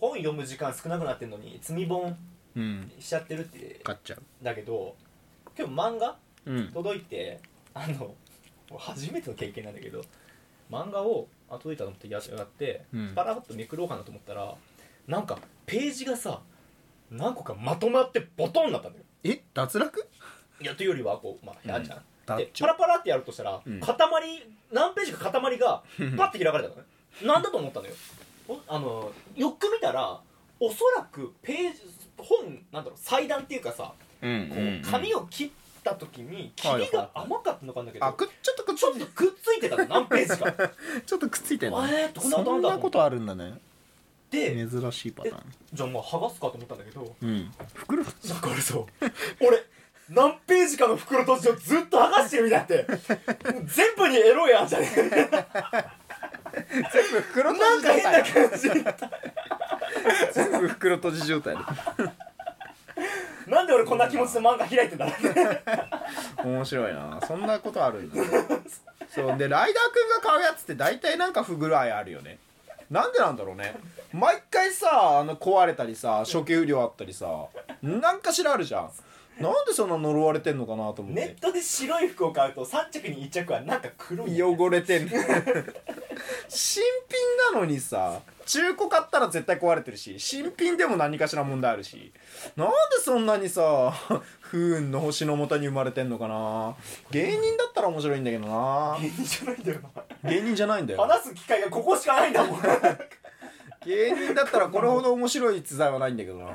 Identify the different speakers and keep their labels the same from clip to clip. Speaker 1: 本読む時間少なくなってんのに積み本
Speaker 2: うん
Speaker 1: しちゃってるって
Speaker 2: 買っちゃう
Speaker 1: だけど今日漫画
Speaker 2: うん
Speaker 1: 届いてあのもう初めての経験なんだけど漫画をあ届いたのってややって、
Speaker 2: うん
Speaker 1: パラッとめくろうかなと思ったらなんかページがさ何個かまとまってボトンになったんだよ
Speaker 2: え脱落
Speaker 1: いやというよりはこうまあ部屋じゃん、
Speaker 2: だ
Speaker 1: でパラパラってやるとしたら、
Speaker 2: うん
Speaker 1: 塊何ページか塊がパッて開かれたのねなんだと思ったのよおあのよく見たらおそらくページ本なんだろう祭壇っていうかさ
Speaker 2: うんう
Speaker 1: こ
Speaker 2: んうん
Speaker 1: う紙を切った時に切りが甘かったのかなんだけど、
Speaker 2: あくちょっとくっつ
Speaker 1: ちょっとくっついてたの何ページか
Speaker 2: ちょっとくっついてんの
Speaker 1: えーどんなこと
Speaker 2: そ
Speaker 1: あん
Speaker 2: ん
Speaker 1: だ
Speaker 2: なことあるんだね
Speaker 1: で
Speaker 2: 珍しいパターン
Speaker 1: じゃあまあ剥がすかと思ったんだけど
Speaker 2: うん袋
Speaker 1: なんか俺さ俺何ページかの袋閉じをずっと剥がしてるみたいになって全部にエロいやんじゃねえ
Speaker 2: 全部袋
Speaker 1: なんか変な感じ
Speaker 2: 全部袋閉じ状態
Speaker 1: なんで俺こんな気持ちで漫画開いてんだろうね
Speaker 2: 面白いなそんなことあるんだそうでライダーくんが買うやつって大体なんか不具合あるよねなんでなんだろうね毎回さあの壊れたりさ初期不良あったりさなんかしらあるじゃんなんでそんな呪われてんのかなと思って
Speaker 1: ネットで白い服を買うと3着に1着はなんか黒いね
Speaker 2: 汚れてんの新品なのにさ中古買ったら絶対壊れてるし新品でも何かしら問題あるしなんでそんなにさ不運の星のもとに生まれてんのかな芸人だったら面白いんだけどな
Speaker 1: 芸人じゃないんだよ
Speaker 2: 芸人じゃないんだ
Speaker 1: な
Speaker 2: よ
Speaker 1: 話す機会がここしかないんだもん
Speaker 2: 芸人だったらこれほど面白い逸材はないんだけどな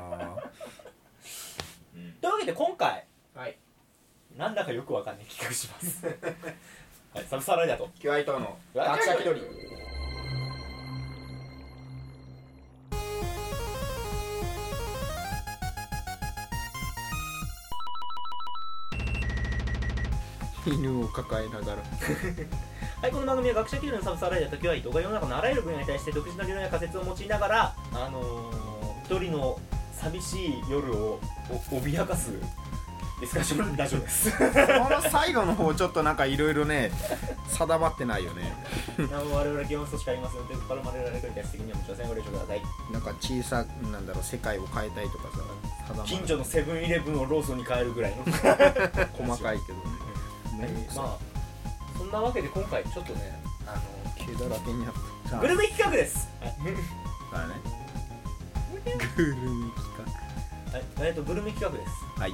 Speaker 1: というわけで今回
Speaker 2: はい
Speaker 1: なんだかよくわかんない企画しますはいサブサライダーと
Speaker 2: キュアイトの
Speaker 1: 学者気取
Speaker 2: り犬を抱えながら
Speaker 1: はい、この番組は学者気取りのサブサーライダー時は伊藤が世の中のあらゆる分野に対して独自の理論や仮説を用いながら、あのー、一人の寂しい夜をお脅かすディスカッションラジオ です。
Speaker 2: この最後の方ちょっとなんかいろいろね定まってないよね
Speaker 1: なお我々は基本素しかありませんので、ここから我々が理解的にはもちろんご了承ください。
Speaker 2: なんか小さなんだろう世界を変えたいとかさ定ま
Speaker 1: 近所のセブンイレブンをローソンに変えるぐらい の。
Speaker 2: 細かいけどね
Speaker 1: はいまあ、そんなわけで今回ちょっとね、あの
Speaker 2: 毛だらけになった
Speaker 1: グルメ企画です。
Speaker 2: だねグルメ企
Speaker 1: はい、えっと、グルメ企画です。
Speaker 2: 画はい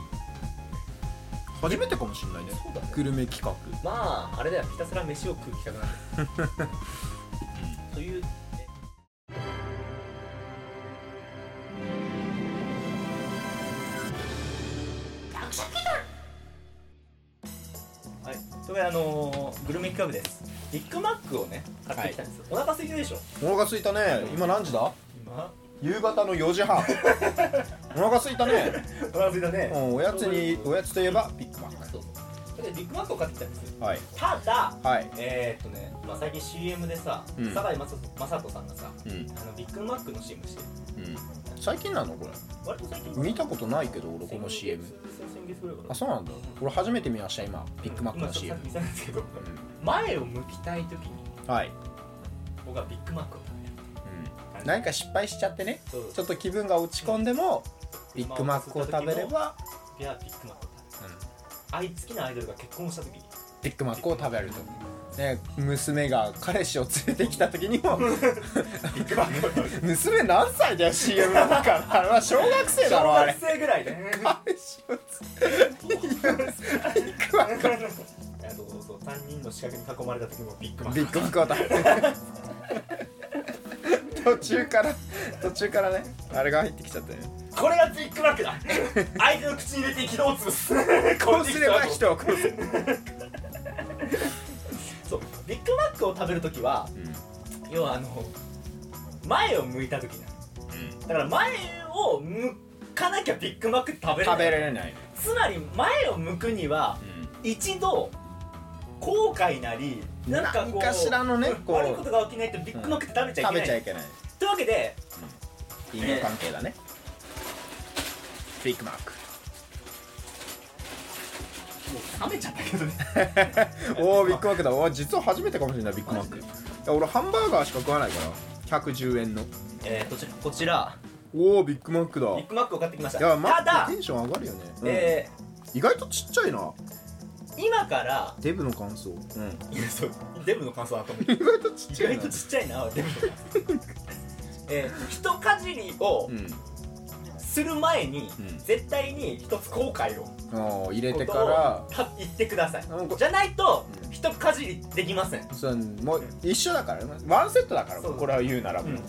Speaker 2: 初めてかもしんないね
Speaker 1: そうだね
Speaker 2: グルメ企画
Speaker 1: まああれだよひたすら飯を食う企画なん だよというはい、というわけであのーグルメ企画ですビッグマックをね買ってきたんですよ、お腹空いてるでしょ
Speaker 2: お腹すいたね今何時だ
Speaker 1: 今
Speaker 2: 夕方の4時半 お腹すいたね、
Speaker 1: お腹空いたね
Speaker 2: うん、おやつにおやつといえばビッグマッ
Speaker 1: そうそうそれでビッグマックを買ってきたんですよ
Speaker 2: クはい
Speaker 1: ただ
Speaker 2: はい
Speaker 1: えー、っとね、まあ、最近 CM でさ
Speaker 2: うん
Speaker 1: 堺、井雅人さんがさ
Speaker 2: うんうん
Speaker 1: あのビッグマックの CM してる
Speaker 2: 最近なのこれ
Speaker 1: 割と最近
Speaker 2: 見たことないけど俺こ
Speaker 1: 先
Speaker 2: の
Speaker 1: 月
Speaker 2: CM
Speaker 1: 先月ぐらいかな
Speaker 2: あそうなんだ俺初めて見ました今ビッグマック
Speaker 1: 今
Speaker 2: の
Speaker 1: ちょ
Speaker 2: CM
Speaker 1: っとさっき見たんですけど前を向きたい時に
Speaker 2: はい、
Speaker 1: 僕はビッグマックを食べる
Speaker 2: 何か失敗しちゃってね
Speaker 1: そう
Speaker 2: ちょっと気分が落ち込んでもビッグマックを食べれば、
Speaker 1: いやビッグマックを食べるあい好きなアイドルが結婚した 時に
Speaker 2: ビッグマックを食べると、ね、娘が彼氏を連れてきた時にも
Speaker 1: ビッグマックを食べる
Speaker 2: 娘何歳だよ CM なんかあれは小学生だ
Speaker 1: 小
Speaker 2: ろあ
Speaker 1: 学
Speaker 2: れ
Speaker 1: 生ぐらいで
Speaker 2: 彼氏を連れてきたビッグマック
Speaker 1: あのそうそう3人の四角に囲まれた時もビッグマック
Speaker 2: ビッグマックを食べる途中から途中からねあれが入ってきちゃったよね
Speaker 1: これがビッグマッ クだ相手の口に入れて軌道を潰す
Speaker 2: こうすれば人を殺す、
Speaker 1: そうビッグマックを食べる時は要はあの前を向いた時なのだから前を向かなきゃビッグマック食べれない
Speaker 2: 食べられない、
Speaker 1: つまり前を向くには一度後悔なりなんかこう
Speaker 2: 何かしらのね
Speaker 1: うん
Speaker 2: こう
Speaker 1: 悪いことが起きないとビッグマックって食べちゃい
Speaker 2: 食
Speaker 1: け
Speaker 2: べ
Speaker 1: ない、
Speaker 2: ちゃいけない
Speaker 1: というわけで
Speaker 2: 因果関係だね、ビッグマック
Speaker 1: もう冷めちゃったけど ね
Speaker 2: おおビッグマックだおー実は初めてかもしれないビッグマックいや俺ハンバーガーしか食わないから110円の
Speaker 1: いえー、とちこちら
Speaker 2: おおビッグマックだ
Speaker 1: ビッグマックを買ってきました
Speaker 2: いやマ
Speaker 1: た
Speaker 2: ッ
Speaker 1: だ
Speaker 2: クテ、ンション上がるよね、うん
Speaker 1: え
Speaker 2: 意外とちっちゃいな
Speaker 1: ー、今から
Speaker 2: デブの感想うん
Speaker 1: いやそうデブの感想だと思う
Speaker 2: 意外とち っ
Speaker 1: 意
Speaker 2: ちゃい
Speaker 1: 外
Speaker 2: な
Speaker 1: とちっちゃいなデブの 感想えー、一かじりを
Speaker 2: うん
Speaker 1: する前に、
Speaker 2: うん
Speaker 1: 絶対に一つ後悔を
Speaker 2: ああ入れてか
Speaker 1: ことを
Speaker 2: ら
Speaker 1: た言ってください
Speaker 2: なんか
Speaker 1: じゃないと
Speaker 2: うん
Speaker 1: 一かじりできませんとい
Speaker 2: そうもう一緒だからねワンセットだから
Speaker 1: そう
Speaker 2: これは言うならもう、
Speaker 1: うん
Speaker 2: うん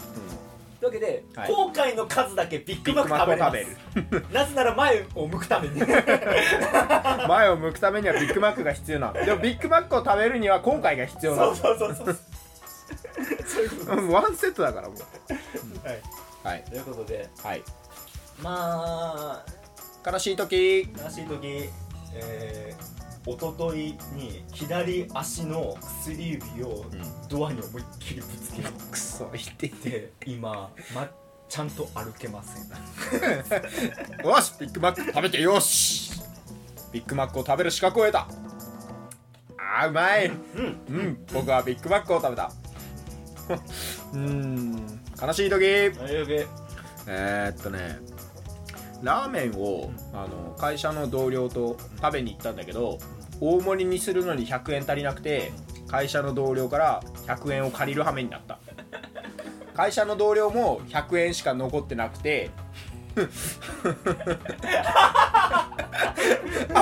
Speaker 1: うわけで、
Speaker 2: はい
Speaker 1: 後悔の数だけビッグ
Speaker 2: ビ
Speaker 1: マ
Speaker 2: ッグマックを
Speaker 1: ッ
Speaker 2: 食
Speaker 1: ク
Speaker 2: べ
Speaker 1: 食べ
Speaker 2: る
Speaker 1: べるなぜなら前を向くために
Speaker 2: 前を向くためにはビッグマックが必要なのでもビッグマックを食べるには今回が必要な
Speaker 1: そう
Speaker 2: の
Speaker 1: そうそうそうそういうこ
Speaker 2: うんワンセットだからもう
Speaker 1: とはい
Speaker 2: はい
Speaker 1: ということで
Speaker 2: はい
Speaker 1: まあ
Speaker 2: 悲しい時
Speaker 1: 悲しい時えー、おとといに左足の薬指をドアに思いっきりぶつけ
Speaker 2: クソ言って
Speaker 1: て今、ま、ちゃんと歩けません
Speaker 2: よしビッグマック食べてよしビッグマックを食べる資格を得たあーうまい
Speaker 1: うん
Speaker 2: うん僕はビッグマックを食べた うーん悲しい時え
Speaker 1: あれだけ
Speaker 2: ー、っとねラーメンをあの会社の同僚と食べに行ったんだけど大盛りにするのに100円足りなくて会社の同僚から100円を借りる羽目になった会社の同僚も100円しか残ってなくてあ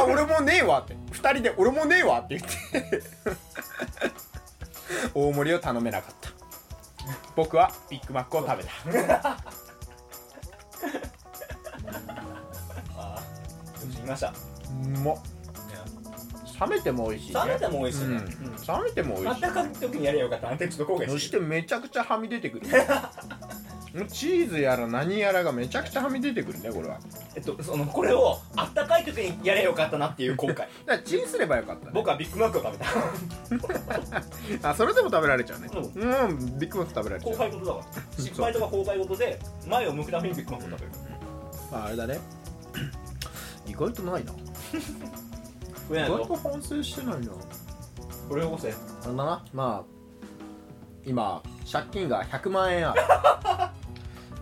Speaker 2: 俺もねえわって2人で俺もねえわって言って大盛りを頼めなかった僕はビッグマックを食べた
Speaker 1: ああよし行きました
Speaker 2: うまっ冷めても美味しい、ね、
Speaker 1: 冷めても美味しいね、
Speaker 2: うん冷めても美
Speaker 1: あ
Speaker 2: 味
Speaker 1: っ
Speaker 2: しい
Speaker 1: たかい時にやりゃよかったあの時ちょっと後悔
Speaker 2: そ
Speaker 1: し
Speaker 2: しててめちゃくちゃはみ出てくるもうチーズやら何やらがめちゃくちゃはみ出てくるねこれは
Speaker 1: えっとそのこれをあったかい時にやりゃよかったなっていう後悔
Speaker 2: だからチンすればよかったね
Speaker 1: 僕はビッグマックを食べ た
Speaker 2: あそれでも食べられちゃうね
Speaker 1: う
Speaker 2: うん、ビッグマック食べられちゃ
Speaker 1: 後
Speaker 2: う
Speaker 1: 悔事だから失敗とか後悔事で前を向くためにビッグマックを食べる
Speaker 2: まああ れだね意外とないな
Speaker 1: 食えな
Speaker 2: 意
Speaker 1: い
Speaker 2: 外と
Speaker 1: と
Speaker 2: 反省してないな
Speaker 1: これをこせ
Speaker 2: あんだなまあ今借金が100万円 ある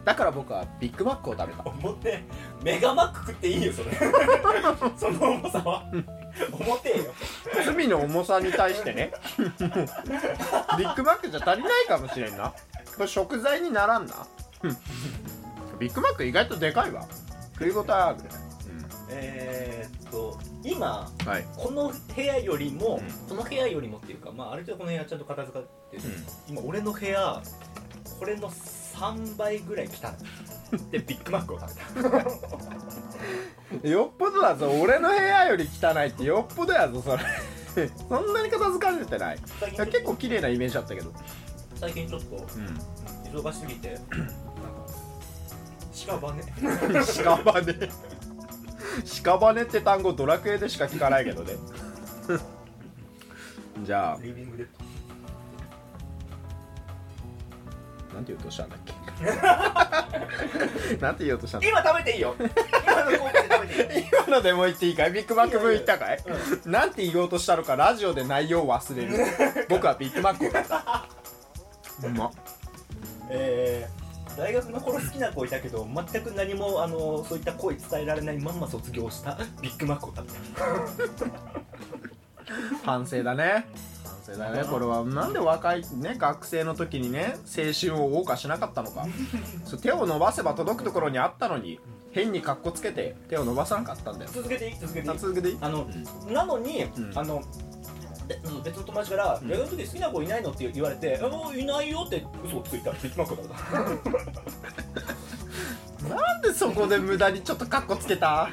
Speaker 2: だから僕はビッグマックを食べた
Speaker 1: 表メガマック食っていいよそ れその重さは表よ
Speaker 2: 罪の重さに対してねビッグマックじゃ足りないかもしれんなこれ食材にならんなうんビッグマック意外とでかいわ食い応えあるね、
Speaker 1: えー、っと今
Speaker 2: うん、はい、
Speaker 1: この部屋よりも、
Speaker 2: うん
Speaker 1: この部屋よりもっていうかまあある程度この部屋ちゃんと片付かってる今俺の部屋これの3倍ぐらい来たでビッグマックを食べた
Speaker 2: よっぽどだぞ俺の部屋より汚いってよっぽどやぞそれそんなに片付かれてない
Speaker 1: 最近
Speaker 2: いや
Speaker 1: ちょ
Speaker 2: 結
Speaker 1: っ
Speaker 2: 構
Speaker 1: と
Speaker 2: 綺麗なイメージだったけど、
Speaker 1: 最近ちょっと
Speaker 2: う
Speaker 1: 忙しすぎてなんか近場ね
Speaker 2: ん、屍屍って単語ドラクエでしか聞かないけどねじゃ あ
Speaker 1: リビングで
Speaker 2: なんて言おうとしたんだっ けなんて言おうとしたんだ
Speaker 1: 今食べていい よ今の効果で食べていいよ
Speaker 2: 今のでも言っていいかいビッグマック分言ったかい
Speaker 1: いやいや
Speaker 2: なんて言おうとしたのかラジオで内容を忘れる僕はビッグマックを食べたうまっ
Speaker 1: えー大学の頃好きな子いたけど全く何もあのそういった声伝えられないまんま卒業したビッグマックを食べた
Speaker 2: 反省だね反省だねこれはなんで若いね学生の時にね青春を謳歌しなかったの かそう手を伸ばせば届くところにあったのに変にカッコつけて手を伸ばさなかったんだよ
Speaker 1: 続けていい続けていい
Speaker 2: 続けていい
Speaker 1: あの
Speaker 2: うん
Speaker 1: なのに、
Speaker 2: ん
Speaker 1: あので別の友達から「大学の時好きな子いないの?」って言われて「あもういないよ」って嘘をついたらビッグマックだった
Speaker 2: なんでそこで無駄にちょっとカッコつけた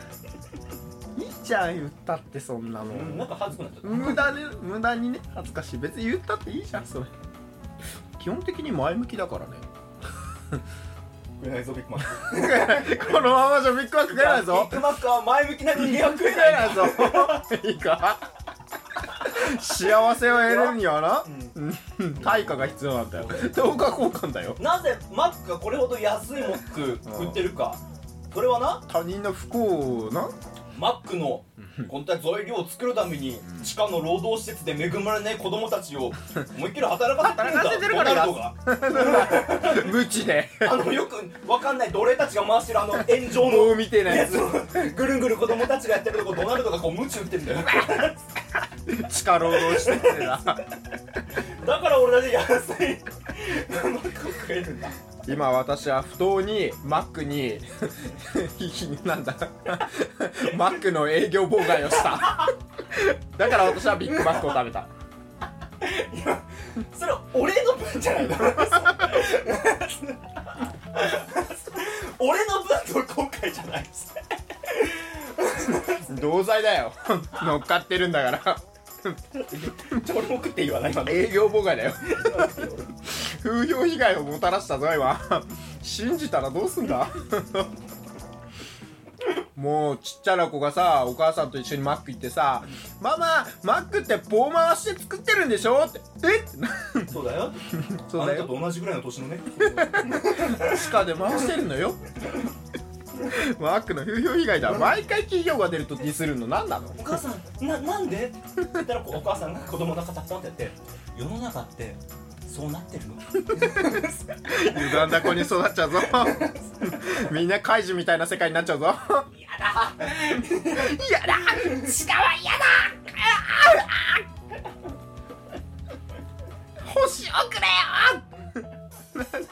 Speaker 2: いいじゃん言ったってそんなの、
Speaker 1: うんなんか恥ずくなっちゃった
Speaker 2: 無駄で無駄にね恥ずかしい別に言ったっていいじゃんそれ基本的に前向きだからね
Speaker 1: 食えないぞビッグマック
Speaker 2: このままじゃビッグマック食えないぞ
Speaker 1: ビッグマックは前向きな人間は食
Speaker 2: 食
Speaker 1: え
Speaker 2: え
Speaker 1: ない
Speaker 2: ないぞいいか幸せを得るにはなうん対価が必要なんだよ等価交換だよ
Speaker 1: なぜマックがこれほど安いモック売ってるかそれはな
Speaker 2: 他人の不幸をな
Speaker 1: マックのこ体材料を作るために地下の労働施設で恵まれない子供たちを思いっきり働かせてるんだ
Speaker 2: 働かせてる
Speaker 1: ド
Speaker 2: から
Speaker 1: ナ
Speaker 2: だ
Speaker 1: ルドが
Speaker 2: 無知で
Speaker 1: あのよくわかんない奴隷たちが回してるあの炎上の
Speaker 2: もう見てない
Speaker 1: や
Speaker 2: や
Speaker 1: つをぐるんぐるん子供たちがやってるとこドナルドがこうムチ打ってるんだよ
Speaker 2: つ地下労働しててな
Speaker 1: だから俺たち安い マックを食えるんだ
Speaker 2: 今私は不当にマックになんだマックの営業妨害をしただから私はビッグマックを食べた
Speaker 1: それ俺の分じゃないの俺の分と今回じゃないです
Speaker 2: 同罪だよ乗っかってるんだから
Speaker 1: ちょ俺も食って言わない今の
Speaker 2: 営業妨害だよ風評被害をもたらしたぞ今 信じたらどうすんだ もうちっちゃな子がさお母さんと一緒にマック行ってさ「マママックって棒回して作ってるんでしょ?」って「えっ?」て
Speaker 1: そうだよ
Speaker 2: そうだ
Speaker 1: あな
Speaker 2: よ
Speaker 1: たと同じぐらいの年のね
Speaker 2: 地下で回してるのよ マックの風評被害だ毎回企業が出るとディスるの何なの
Speaker 1: お母さんななんでって言ったらこうお母さんが子供の肩ポンってやって世の中ってそうなってるの
Speaker 2: 歪んだ子に育っちゃうぞ みんな怪獣みたいな世界になっちゃうぞ
Speaker 1: 嫌だ
Speaker 2: 嫌だ
Speaker 1: 地下は嫌だ
Speaker 2: 星をくれよなっ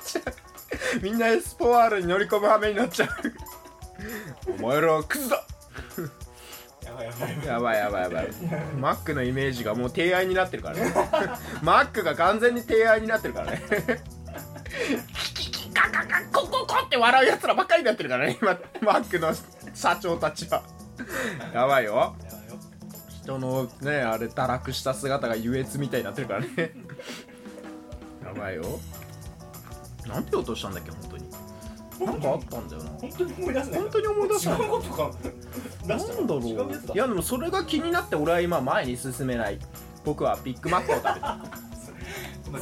Speaker 2: ちゃうみんなエスポワールに乗り込む羽目になっちゃうお前らはクズだ
Speaker 1: やばいやばい
Speaker 2: やばいやばいやばいマックのイメージがもう提愛になってるからねマックが完全に提愛になってるからねキキキカカカコココって笑うやつらばっかりになってるからね今マックの社長たちはやばいよ
Speaker 1: やばいよ
Speaker 2: 人のねあれ堕落した姿が優越みたいになってるからねやばいよなんて音したんだっけ本当になんかあったんだよな
Speaker 1: 本当に思い出せない
Speaker 2: 本当に思い出した
Speaker 1: 違うことか出
Speaker 2: なん
Speaker 1: した
Speaker 2: だろう
Speaker 1: 違うやつだ
Speaker 2: いやでもそれが気になって俺は今前に進めない僕はビッグマックを食べた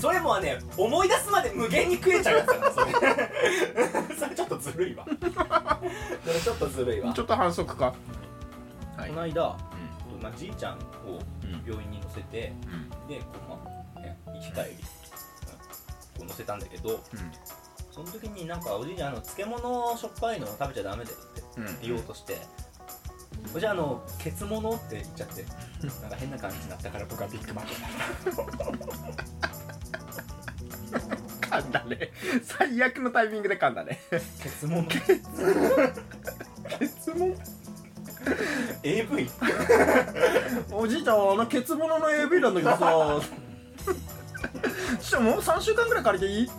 Speaker 1: それもはね思い出すまで無限に食えちゃうやつだなそれ それちょっとずるいわそれちょっとずるいわ
Speaker 2: ちょっと反則かはい
Speaker 3: この間、
Speaker 1: まあ、じいちゃんを病院に乗せて、でこう、まあね、行き帰り、うんこう乗せたんだけどその時になんかおじいちゃんあの漬物しょっぱいの食べちゃダメだよって
Speaker 2: うん
Speaker 1: 言おうとして、おじいちゃんあの「ケツ物」って言っちゃってなんか変な感じになったから僕はビッグマックだ
Speaker 2: 噛んだね最悪のタイミングで噛んだね
Speaker 1: ケツ物
Speaker 2: ケツモ
Speaker 1: AV
Speaker 2: おじいちゃんあのケツモノの AV なんだけど さしかももう3週間ぐらい借りていい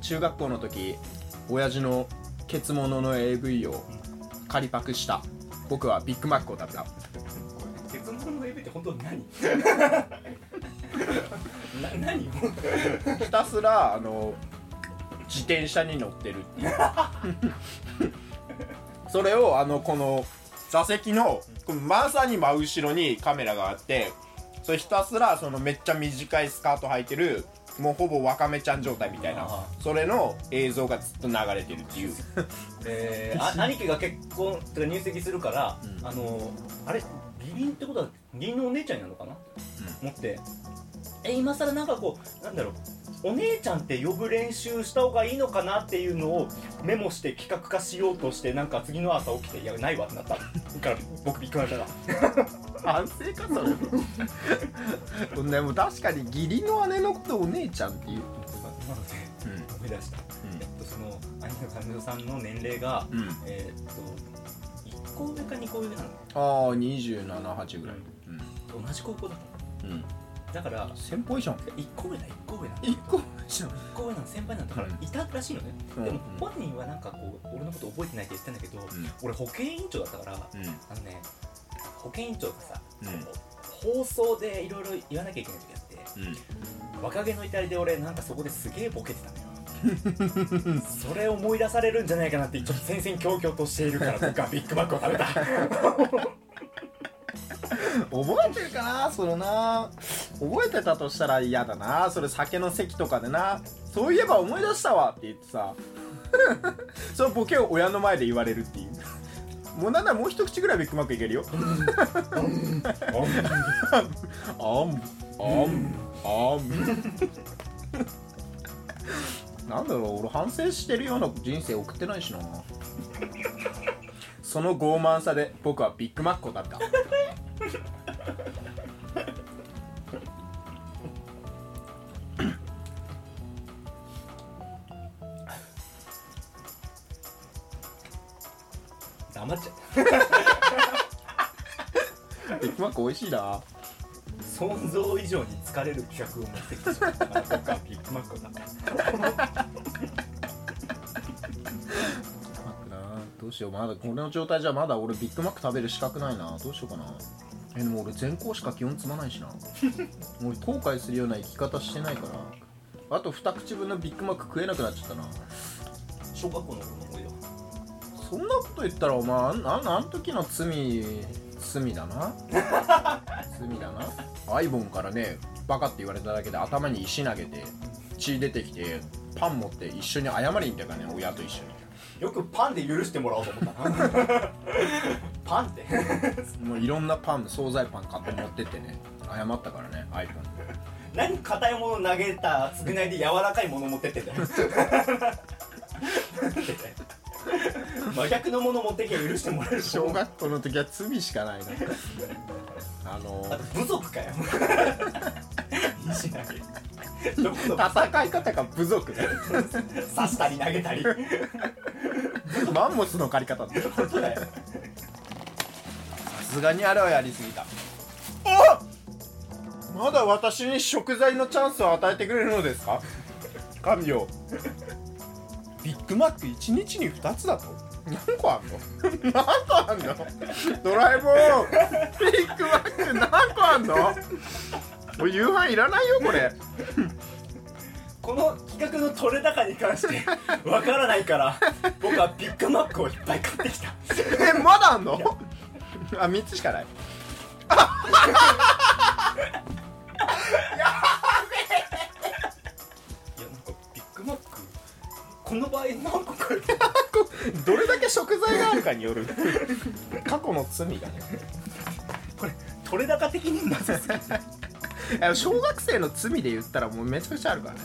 Speaker 2: 中学校の時親父のケツモノの AV を借りパクした僕はビッグマックを食べた
Speaker 1: ケツ物の AV って本当に何な何
Speaker 2: ひたすらあの自転車に乗ってるっていう それをあのこの座席のこのまさに真後ろにカメラがあってそれひたすらそのめっちゃ短いスカート履いてるもうほぼわかめちゃん状態みたいな
Speaker 1: あ
Speaker 2: それの映像がずっと流れてるっていう
Speaker 1: え ー、あ兄貴が結婚とか入籍するから、
Speaker 2: うん
Speaker 1: あのあれ義理ってことは義理のお姉ちゃんになるのかな、
Speaker 2: う
Speaker 1: 思ってえ今更なんかこうなんだろうお姉ちゃんって呼ぶ練習した方がいいのかなっていうのをメモして企画化しようとしてなんか次の朝起きていやないわってなっただから僕びっくりしたら
Speaker 2: 反省かそれも でも確かに義理の姉のことお姉ちゃんっていう、
Speaker 1: なので思い出した、えっとその兄の彼女さんの年齢が
Speaker 2: うんうん、
Speaker 1: えーっと1個上か2個上なの
Speaker 2: ああ278ぐらい、
Speaker 1: 同じ高校だっ
Speaker 2: うんうん、
Speaker 1: ただから
Speaker 2: 先輩じゃん
Speaker 1: 1個上だ1個上なんだ
Speaker 2: 一個じゃん
Speaker 1: 学校上の先輩なんだから
Speaker 2: うん
Speaker 1: いたらしいのね、
Speaker 2: うん
Speaker 1: でも本人はなんかこう俺のこと覚えてないって言ってたんだけど、俺保健委員長だったから
Speaker 2: うんうん
Speaker 1: あのね保健委員長がさ、
Speaker 2: うん
Speaker 1: こう放送でいろいろ言わなきゃいけない時あって若気の至りで俺なんかそこですげえボケてたのよそれ思い出されるんじゃないかなってちょっと戦々恐々としているから僕はビッグマックを食べた
Speaker 2: 覚えてるかなそれな覚えてたとしたら嫌だなそれ酒の席とかでなそういえば思い出したわって言ってさ そのボケを親の前で言われるっていうもうなんならもう一口ぐらいビッグマックいけるよあんあんあん なんだろう俺反省してるような人生送ってない しなその傲慢さで僕はビッグマックを食べた
Speaker 1: 黙っちゃった
Speaker 2: ビッグマック美味しいな
Speaker 1: 想像以上に疲れる企画を持ってきてしまったから僕はビッグマックだった
Speaker 2: ビッグマックなどうしようまだこれの状態じゃまだ俺ビッグマック食べる資格ないなどうしようかなえでも俺全校しか基本つまないしな 俺後悔するような生き方してないからあと2口分のビッグマック食えなくなっちゃったな
Speaker 4: 小学校の頃の思い出は
Speaker 2: そんなこと言ったらお前あんあんあん時の罪罪だな 罪だなアイボンからねバカって言われただけで頭に石投げて血出てきてパン持って一緒に謝りに行ったからね親と一緒に
Speaker 1: よくパンで許してもらおうと思ったなパンって
Speaker 2: もういろんなパン惣菜パン買って持ってってね謝ったからねアイボン
Speaker 1: 何硬いもの投げた償いで柔らかいもの持ってってんだよ真逆のもの持ってきゃ許してもらえる
Speaker 2: 小学校の時は罪しかないな あの
Speaker 1: あと部族かよ石投げどこの
Speaker 2: 戦い方が部族 だよ
Speaker 1: 刺したり投げたり
Speaker 2: マンモスの借り方だよ
Speaker 1: 本当だよ
Speaker 2: さすがにあれはやりすぎたあまだ私に食材のチャンスを与えてくれるのですか神よビッグマック1日に2つだと何個あんの何個あんのドラえもんビッグマック何個あんのこれ夕飯いらないよこれ
Speaker 1: この企画の取れ高に関してわからないから僕はビッグマックをいっぱい買ってきた
Speaker 2: えまだあんのあ三3つしかない
Speaker 1: いやなんかビッグマックこの場合何個か
Speaker 2: どれだけ食材があるかによる過去の罪がね
Speaker 1: これ取れ高的になさすぎる
Speaker 2: あの小学生の罪で言ったらもうめちゃくちゃあるからね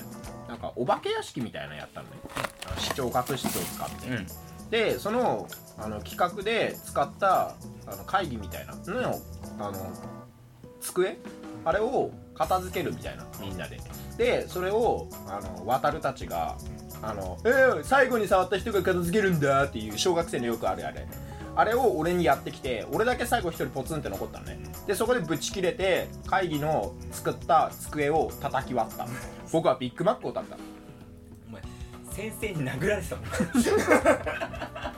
Speaker 2: なんかお化け屋敷みたいなのやったのねあの視聴覚室を使って、でそのあの企画で使ったあの会議みたいなのをあの机あれを片付けるみたいなみんなででそれをあの渡るたちが「あのえー最後に触った人が片付けるんだ」っていう小学生のよくあるあれあれを俺にやってきて俺だけ最後一人ポツンって残ったのねでそこでブチ切れて会議の作った机を叩き割った僕はビッグマックを食べた
Speaker 1: お前先生に殴られてた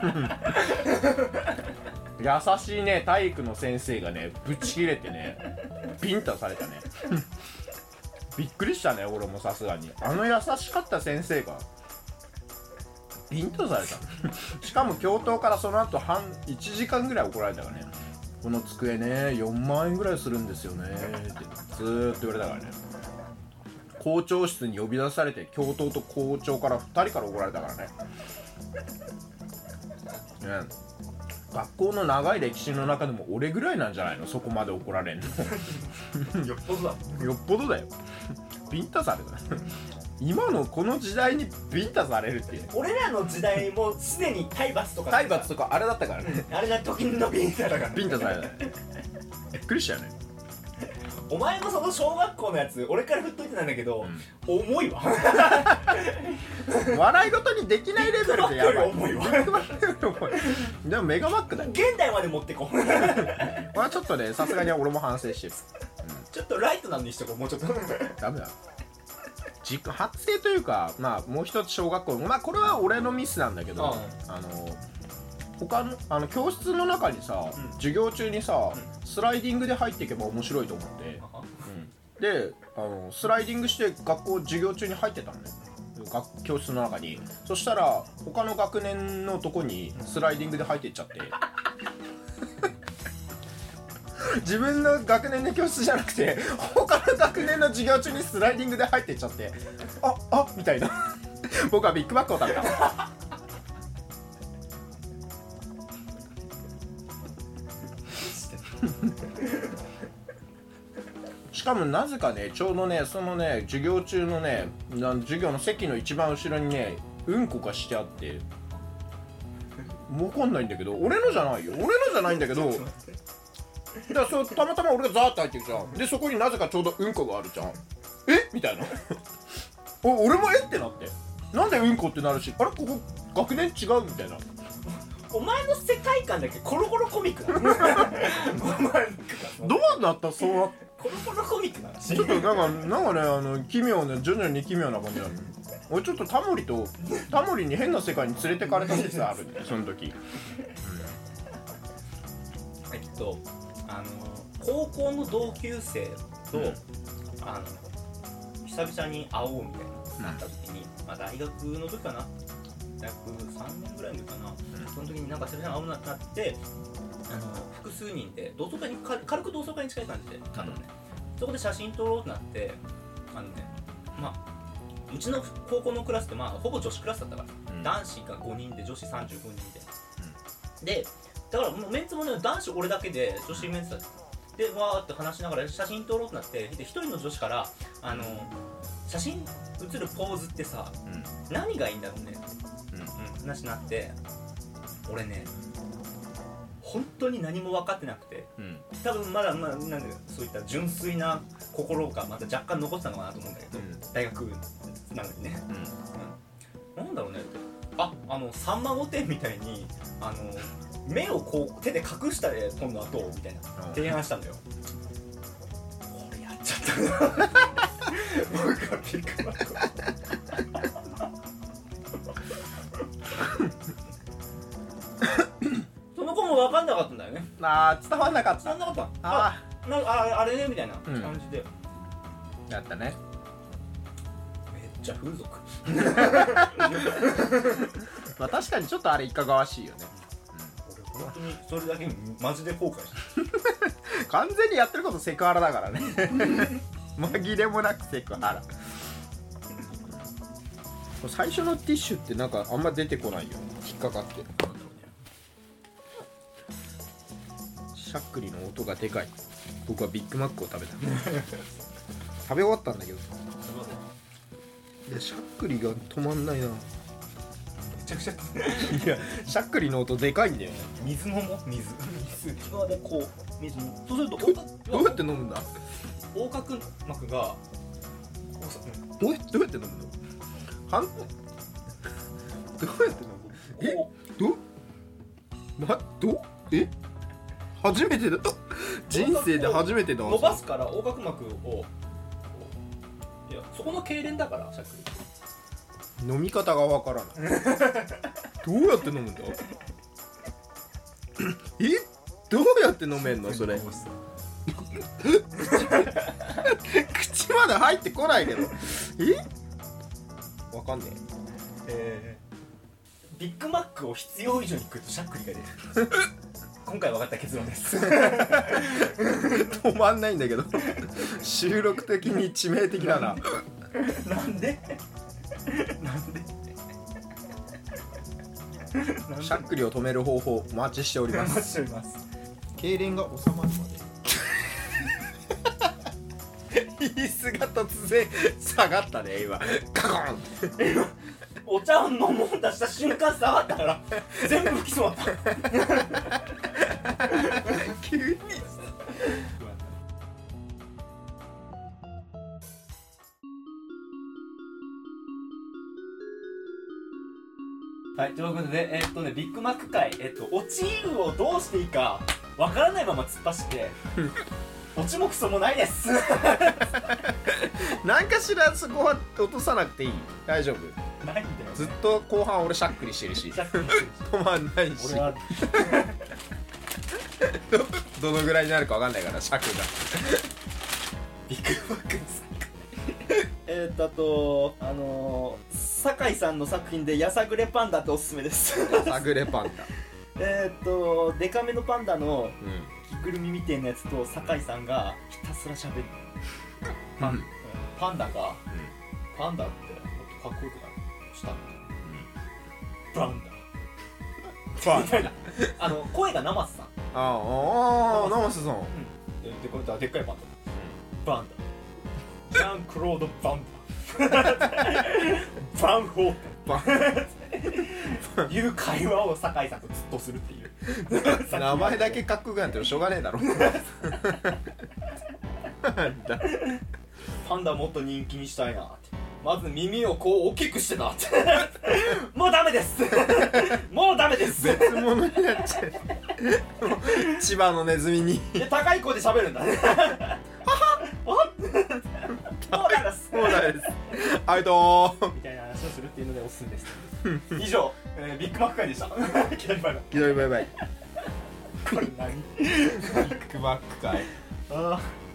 Speaker 1: もん
Speaker 2: 優しいね体育の先生がねぶち切れてねビンタされたねびっくりしたね俺もさすがにあの優しかった先生がビンタされたしかも教頭からその後半1時間ぐらい怒られたからねこの机ね4万円ぐらいするんですよねってずーっと言われたからね校長室に呼び出されて教頭と校長から2人から怒られたからねね学校の長い歴史の中でも俺ぐらいなんじゃないのそこまで怒られんの
Speaker 1: よっぽどだ
Speaker 2: よっぽどだよ ビンタされた 今のこの時代にビンタされるっていうね
Speaker 1: 俺らの時代もうすでに体罰とか
Speaker 2: 体罰とかあれだったか らね
Speaker 1: あれな時のビンタだから
Speaker 2: ビンタされたねびっくりしたよね
Speaker 1: お前のその小学校のやつ俺から振っといてなんだけど、重いわ
Speaker 2: 笑い事にできないレベルでやばい
Speaker 1: ビッ グマ
Speaker 2: ビッグマックより重いでもメガマックだよ
Speaker 1: 現代まで持ってこう
Speaker 2: これはちょっとねさすがに俺も反省してる
Speaker 1: ちょっとライトなのにしとこうもうちょっと
Speaker 2: ダメだ実家発生というかまあもう一つ小学校まあこれは俺のミスなんだけど、あの他のあの教室の中にさ、
Speaker 1: うん
Speaker 2: 授業中にさ、スライディングで入っていけば面白いと思って、であのスライディングして学校授業中に入ってたのね学教室の中にそしたら他の学年のとこにスライディングで入っていっちゃ って自分の学年の教室じゃなくて他の学年の授業中にスライディングで入っていっちゃってああみたいな僕はビッグマックを食べたしかもなぜかねちょうどねそのね授業中のねなん授業の席の一番後ろにねうんこがしてあってわかんないんだけど俺のじゃないよ俺のじゃないんだけどだからそうたまたま俺がザーって入ってるじゃんでそこになぜかちょうどうんこがあるじゃんえみたいなお俺もえってなってなんでうんこってなるしあれここ学年違うみたいな
Speaker 1: お前の世界観だけコロコロコミックなの お前
Speaker 2: どうなったそうなっ
Speaker 1: コロコロコミックなの
Speaker 2: ちょっとなんかなんかねあの奇妙な徐々に奇妙な感じなの俺ちょっとタモリとタモリに変な世界に連れてかれた説あるんだよその時
Speaker 1: えっとあの高校の同級生と、
Speaker 2: うん
Speaker 1: あの久々に会おうみたいななった時に、まあ、大学の時かな大学3年ぐらいの時かな、その時になんか久々に会おうなってなってあの複数人で同窓会にか軽く同窓会に近い感じであの、ねそこで写真撮ろうってなってあのねまあうちの高校のクラスって、まあ、ほぼ女子クラスだったから男子が5人で女子35人で、でだからもうメンツもね男子俺だけで女子メンツだったでわーって話しながら写真撮ろうってなってで一人の女子からあの写真写るポーズってさ何がいいんだろうね
Speaker 2: うん
Speaker 1: うん、話になって俺ね本当に何も分かってなくて
Speaker 2: うんうん
Speaker 1: 多分まだ、まあ、なんだろうそういった純粋な心がまた若干残ってたのかなと思うんだけど、
Speaker 2: うん
Speaker 1: 大学なのにねなんだろうねああのさんま御殿みたいにあの目をこう手で隠したで今度はどうみたいな提案したんだよ俺やっちゃった な僕はピクマコその子も分かんなかったんだよね
Speaker 2: あー伝わんなかっ
Speaker 1: そ
Speaker 2: た
Speaker 1: んなことあ
Speaker 2: あ
Speaker 1: なんかああれねみたいな
Speaker 2: うん
Speaker 1: 感じで、
Speaker 2: ーやったね
Speaker 1: めっちゃ風俗
Speaker 2: まあ確かにちょっとあれいかがわしいよね
Speaker 1: 俺本当にそれだけにマジで後悔した
Speaker 2: 完全にやってることセクハラだからね紛れもなくセクハラ最初のティッシュってなんかあんま出てこないよ引っかかってしゃっくりの音がでかい僕はビッグマックを食べた 食べ終わったんだけどでしゃっくりが止まんないな
Speaker 1: めちゃくちゃ
Speaker 2: いやしゃっくりの音でかいんだよね
Speaker 1: 水飲もう水水側でこう水飲むそうすると
Speaker 2: どうやって飲むんだ
Speaker 1: 横隔膜がこうさ
Speaker 2: どうやどうやって飲むの半どうやって飲むの
Speaker 1: こ
Speaker 2: えどまどえ初めてだ人生で初めてだ
Speaker 1: う伸ばすから横隔膜をこういやそこの痙攣だからさっき
Speaker 2: 飲み方がわからない どうやって飲むんだえどうやって飲めんのそれ口まで入ってこないけどえわかんね
Speaker 1: えー、ビッグマックを必要以上に食うとしゃっくり が出る今回分かった結論です
Speaker 2: え止まんないんだけど収録的に致命的だな
Speaker 1: なんでなんでなん
Speaker 2: しゃっくりを止める方法お待ちしており
Speaker 1: で
Speaker 2: ます
Speaker 1: 待ちしております
Speaker 2: 痙攣が収まるまで椅子が突然下がったね今カコン
Speaker 1: お茶を飲もうとした瞬間下がった から全部吹きそうだった
Speaker 2: 急に
Speaker 1: はい、ということで、えっとね、ビッグマック界、えっと、落ちるをどうしていいか、わからないまま突っ走って、落ちもクソもないです。
Speaker 2: 何かしらそこは落とさなくていい大丈夫
Speaker 1: ないんだよ。
Speaker 2: ずっと後半俺しゃっくりしてるし
Speaker 1: しゃっくり
Speaker 2: 止まんないし
Speaker 1: 俺は、
Speaker 2: どのぐらいになるかわかんないからしゃくが
Speaker 1: ビッグマックです。えっと、あと、あのー、酒井さんの作品で、やさぐれパンダっておすすめです。
Speaker 2: さぐれパンダ
Speaker 1: えっと、デカめのパンダの
Speaker 2: う
Speaker 1: 着ぐるみみたいなやつと、酒井さんがひたすら喋る。
Speaker 2: ん、うん
Speaker 1: パンダが、パンダってもっとかっこよくなるしたんだ、ブランダ
Speaker 2: パン
Speaker 1: あの声が生瀬さん
Speaker 2: あああ生瀬さん
Speaker 1: ででこれだでっかいバンドバンダジャンクロード・バンダバンホー
Speaker 2: バン
Speaker 1: テンいう会話を酒井さんとずっとするっていう
Speaker 2: 名前だけかっこよくなってもしょうがねえだろだ
Speaker 1: パンダもっと人気にしたいなってまず耳をこう大きくしてなってもうダメですもうダメです
Speaker 2: 別物になっちゃうもう千葉のネズミに
Speaker 1: で高い声で喋るんだねはははもうダメです
Speaker 2: そう なんですはいどうも
Speaker 1: みたいな話をするっていうのでおすすめです以上、えービッグマック会で した左前の
Speaker 2: ひどいバイバイ
Speaker 1: これ何
Speaker 2: ビッグマックかい
Speaker 1: あー